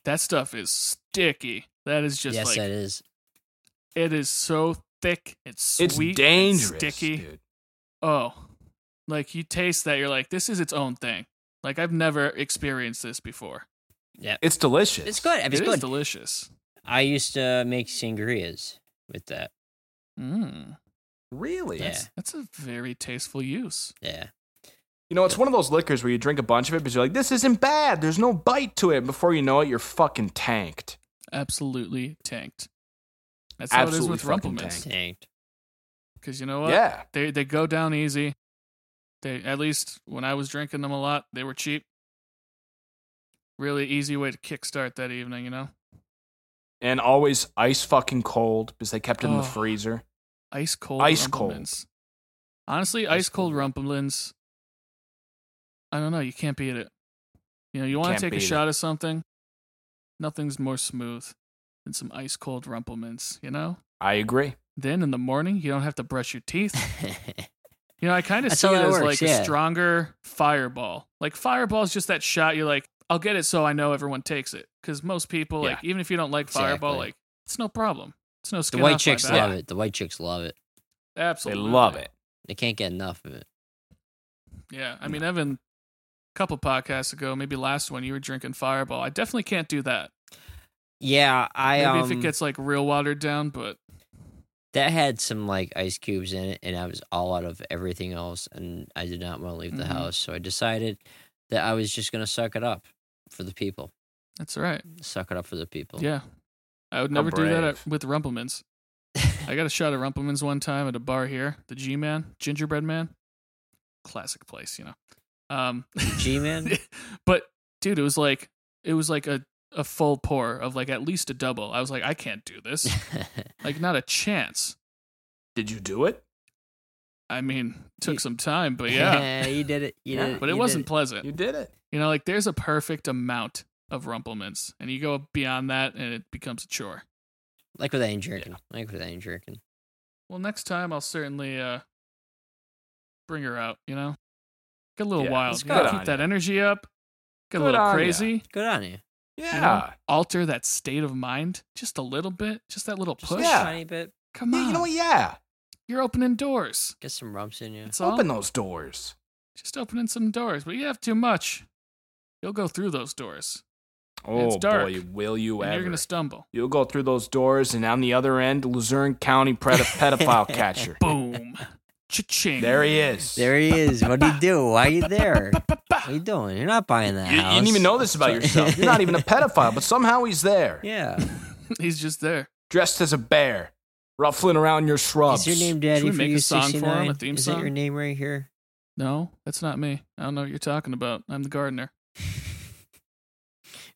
That stuff is sticky. That is just
Yes,
like
that is.
it is so thick. It's
It's
sweet.
dangerous,
sticky.
dude.
Oh, like you taste that, you're like, this is its own thing. Like I've never experienced this before.
It's delicious.
It's good. I mean,
It
it's
is
good.
delicious.
I used to make sangrias with that.
Mm,
Really?
Yeah.
that's a very tasteful use.
Yeah.
You know, it's one of those liquors where you drink a bunch of it, but you're like, this isn't bad. There's no bite to it. And Before you know it, you're fucking tanked.
Absolutely tanked. That's how
Absolutely
it is with
fucking
Rumplemans.
Tanked.
Because you know what?
Yeah.
They they go down easy. They at least when I was drinking them a lot, they were cheap. Really easy way to kickstart that evening, you know.
And always ice fucking cold because they kept it in
Oh.
the freezer.
Ice cold.
Ice cold.
Rumplemans. Honestly,
Ice
ice cold
cold.
Rumplemans. I don't know. You can't beat it. You know, you want
Can't
to take a
beat
shot of something. Nothing's more smooth than some ice cold Rumplemans. You know.
I agree.
Then in the morning, you don't have to brush your teeth. You know, I kind of
That's
see it
how that
as
works,
like
yeah.
a stronger fireball. Like fireball's just that shot you're like, I'll get it so I know everyone takes it. Because most people,
Yeah.
like, even if you don't like fireball,
Exactly.
like it's no problem. It's no
the
skin.
white
off
chicks
my back.
love it. The white chicks love it.
They
Absolutely.
love it.
They can't get enough of it.
Yeah. I mean, Evan, a couple podcasts ago, maybe last one, you were drinking fireball. I definitely can't do that.
Yeah, I
Maybe
um,
if it gets like real watered down, but
that had some like ice cubes in it, and I was all out of everything else, and I did not want to leave the
Mm-hmm.
Mhm.
house, so I decided that I was just gonna suck it up for the people.
that's all right.
Suck it up for the people.
Yeah. I would never do that
brave.
at, with Rumplemans. I got a shot at Rumplemans one time at a bar here. The G Man, Gingerbread Man, classic place, you know. Um,
G man.
but dude, it was like it was like a a full pour of like at least a double. I was like, I can't do this. like, not a chance.
Did you do it?
I mean, took some time, but yeah.
you did it. You
Yeah.
did it.
But
you
it
did
wasn't pleasant.
You did it.
You know, like there's a perfect amount of rumplements, and you go beyond that, and it becomes a chore.
like with ain't jerking. Like with ain't jerking.
Well, next time I'll certainly uh bring her out. You know, get a little
Yeah,
wild.
it's
You gotta
good
keep
on
that
ya.
energy up. Get a
Good
little
on ya.
crazy.
Good on you.
you know?
Yeah.
Alter that state of mind just a little bit. Just that little
Just
push.
a
Yeah.
tiny bit.
Come
Yeah,
on.
you know what? Yeah.
You're opening doors.
Get some rumps in you.
It's all
Open those doors.
just opening some doors. But you have too much. You'll go through those doors.
Oh,
It's dark.
boy. Will you
and
ever?
you're gonna stumble.
You'll go through those doors, and on the other end, Luzerne County pred- pedophile catcher.
Boom. Cha-ching.
There he is.
There he is. What do you do? Why are you there? What
Ba-ba-ba.
are you doing? You're not buying that
You, you
house.
didn't even know this about yourself. You're not even a pedophile, but somehow he's there,
Yeah.
He's just there.
dressed as a bear, ruffling around your shrubs.
Is your name Daddy
we
for
make a
you?
song for him,
69?
a theme
Is that
song?
your name right here?
No, that's not me. I don't know what you're talking about. I'm the gardener.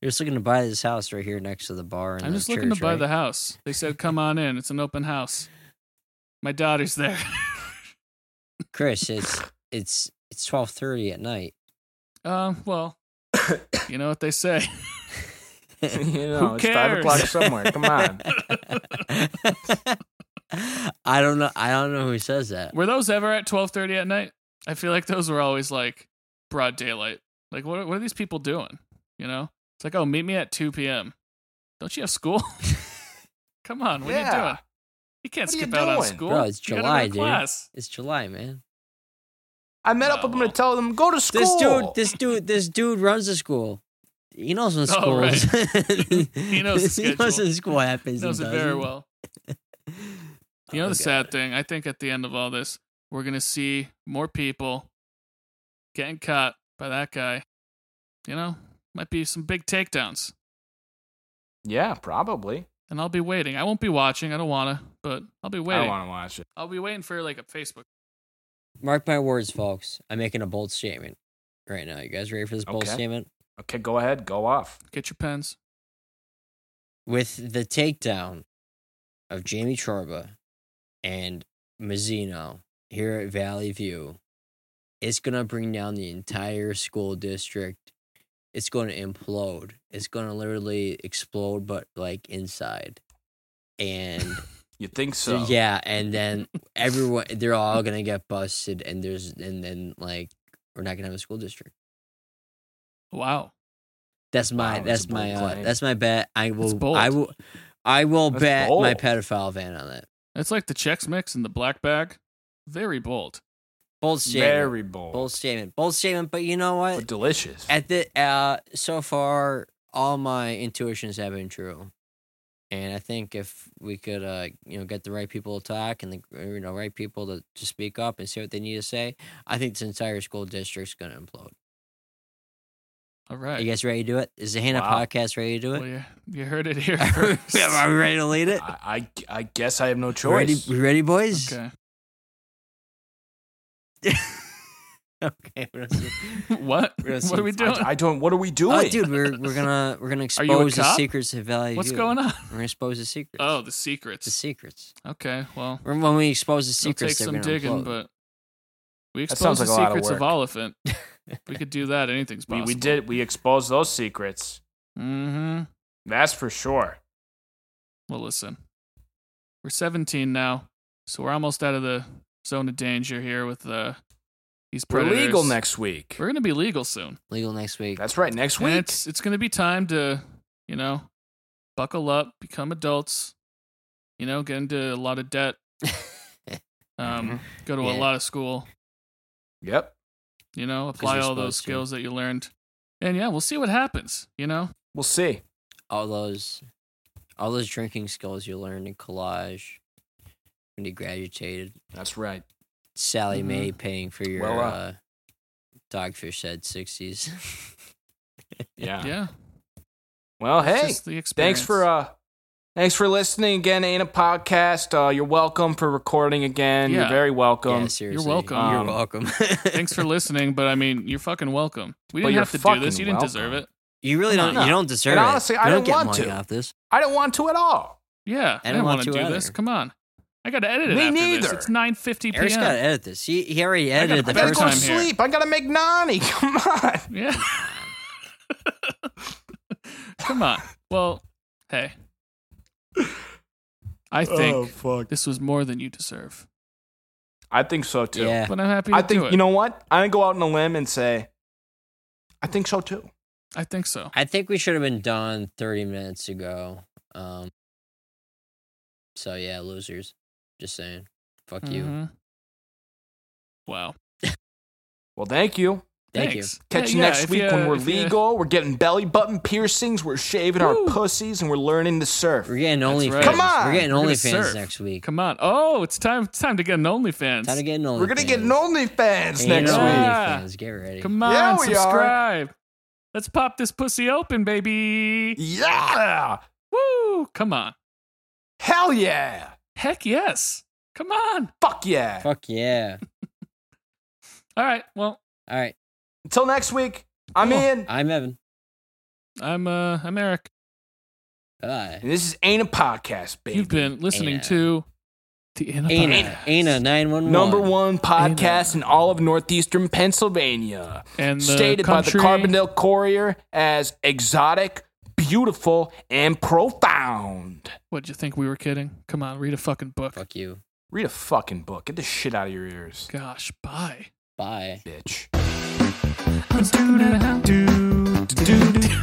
You're just looking to buy this house right here next to the bar. And
I'm
the
just looking to
church,
buy
right?
the house. They said, "Come on in. It's an open house." My daughter's there.
Chris, it's it's it's twelve thirty at night.
um, well, you know what they say.
you know,
Who
it's five
cares?
o'clock somewhere. Come on.
I don't know. I don't know who says that.
Were those ever at 12:30 at night? I feel like those were always like broad daylight. Like, what? What are these people doing? You know, it's like, oh, meet me at 2 p.m. Don't you have school? Come on, what are
Yeah.
you doing? You can't
What are you
skip out on
doing?
school.
Bro, it's
You gotta
July,
go to
dude.
Class.
It's July, man.
I met up with him to tell them go to school.
This dude, this dude, this dude runs the school. He knows when
Oh,
school.
right.
he
knows the
he knows
schedule.
when school happens.
Knows it
and
very
doesn't.
well. You know
Oh,
the
God.
sad thing. I think at the end of all this, we're gonna see more people getting caught by that guy. You know, might be some big takedowns,
Yeah, probably.
and I'll be waiting. I won't be watching. I don't wanna, but I'll be
I
waiting.
want to watch it.
I'll be waiting for like a Facebook.
Mark my words, folks. I'm making a bold statement right now. You guys ready for this bold
Okay.
statement?
Okay, go ahead, go off.
Get your pens.
With the takedown of Jamie Chorba and Mazzino here at Valley View, it's going to bring down the entire school district. It's going to implode. It's going to literally explode, but like inside. And
You think so?
So, yeah, and then everyone they're all gonna get busted, and there's and then like we're not gonna have a school district.
Wow.
That's my
Wow, that's
that's
a bold
my uh,
claim.
that's my bet. I will
bold.
I will I will
That's
bet my
bold.
pedophile van on that.
It's like the Chex Mix and the Black Bag. Very bold.
Bold statement,
Very bold,
bold statement, bold statement. But you know
but
what?
delicious.
At the uh, so far, all my intuitions have been true. And I think if we could, uh, you know, get the right people to talk and the you know right people to, to speak up and say what they need to say, I think this entire school district's gonna implode.
All
You
right.
guys ready to do it? Is the Hannah
Wow.
podcast ready to do
Well,
it?
you, you heard it here first.
Are we ready to lead it?
I, I I guess I have no
We ready,
choice.
we ready, boys?
okay.
okay. we're gonna-
What?
We're gonna
What
see-
are we doing?
I, I don't. What are we doing?
oh, dude, we're we're gonna we're gonna
Are you a
expose the
cop?
secrets of Valley
What's
View.
going on?
We're gonna expose the secrets.
Oh, the
the
secrets.
secrets.
Okay. Well,
When when we expose the
it'll take
secrets,
some digging, but we
That
expose
sounds
the
like a lot of
secrets of,
work.
Oliphant. we could do that. Anything's
we
possible.
we did. We exposed those secrets.
Mm-hmm.
That's for sure.
Well, listen, we're 17 now, so we're almost out of the zone of danger here with uh, these
We're
predators.
legal next week.
We're gonna be legal soon.
legal next week.
That's right. Next
And
week.
it's it's gonna be time to, you know, buckle up, become adults, you know, get into a lot of debt,
Mm-hmm.
um, go to a
Yeah.
lot of school,
Yep.
you know, apply
you're
all those
supposed to.
skills that you learned. And yeah, we'll see what happens, you know?
We'll see.
all those, all those drinking skills you learned in college when you graduated.
That's right.
Sally
Mhm.
Mae paying for your
Well, uh,
uh, dogfish head sixties.
Yeah.
Yeah.
Well,
it's
hey.
just the experience.
Thanks for uh thanks for listening again, Ain't a Podcast. Uh you're welcome for recording again.
Yeah.
You're very welcome.
yeah, seriously.
welcome.
You're
Um,
welcome.
Thanks for listening, but I mean, you're fucking welcome. We
But
didn't
you're
have to do this.
fucking
You didn't deserve it.
welcome.
You really
Come
don't.
on.
You don't deserve
And
it.
honestly, I
You
don't
get
want
money
to.
off this.
I don't want to at all.
Yeah, I
don't
didn't
want
want to
to
do
either.
this. Come on. I got to edit it
Me
after this.
neither.
It's 9:50
Eric's got to
p.m.
edit this. He, he already
E I
edited
gotta-
the
I
I gotta
first
go
bedtime
to
time.
here.
sleep. I gotta make nani. Come on.
Yeah. Come on. Well, hey. I think
Oh, fuck.
this was more than you deserve.
I think so too.
Yeah.
But I'm happy to
I
do
think
it.
you know what? I go out on a limb and say I think so too.
I think so.
I think we should have been done 30 minutes ago. Um. So yeah, losers. Just saying. Fuck
Mm-hmm.
you.
Mhm. Wow.
Well, thank you.
Thank
Thanks.
you.
Catch
Yeah,
you
yeah,
next
if
week
you-
when we're
if you-
legal. We're getting belly button piercings. We're shaving
Woo.
our pussies and we're learning to surf.
We're getting
That's
OnlyFans.
right.
Come on!
We're getting
We're gonna
OnlyFans
surf.
next week.
Come on. Oh, it's time it's time to get an OnlyFans.
Time to get an OnlyFans.
We're gonna get an OnlyFans
Ain't
next
no
Yeah.
week.
OnlyFans. Get ready.
Come on,
Yeah, we are.
subscribe. Let's pop this pussy open, baby.
Yeah.
Woo! Come on.
Hell yeah.
Heck yes. Come on.
Fuck yeah.
Fuck yeah.
All right. Well,
All right.
Until next week, I'm
Cool.
in.
I'm Evan.
I'm uh I'm Eric.
Bye.
And this is Ain't a Podcast, baby.
You've been listening
Ana.
to the Ana
Ana.
Podcast.
Ana. Nine one one.
Number one podcast in all of northeastern Pennsylvania.
and the
Stated
country,
by the Carbondale Courier as exotic, beautiful, and profound.
What'd you think we were kidding? Come on, read a fucking book.
Fuck you.
Read a fucking book. Get the shit out of your ears,
Gosh, bye.
Bye.
bitch.
Let's do it now.
Do, do, do, do.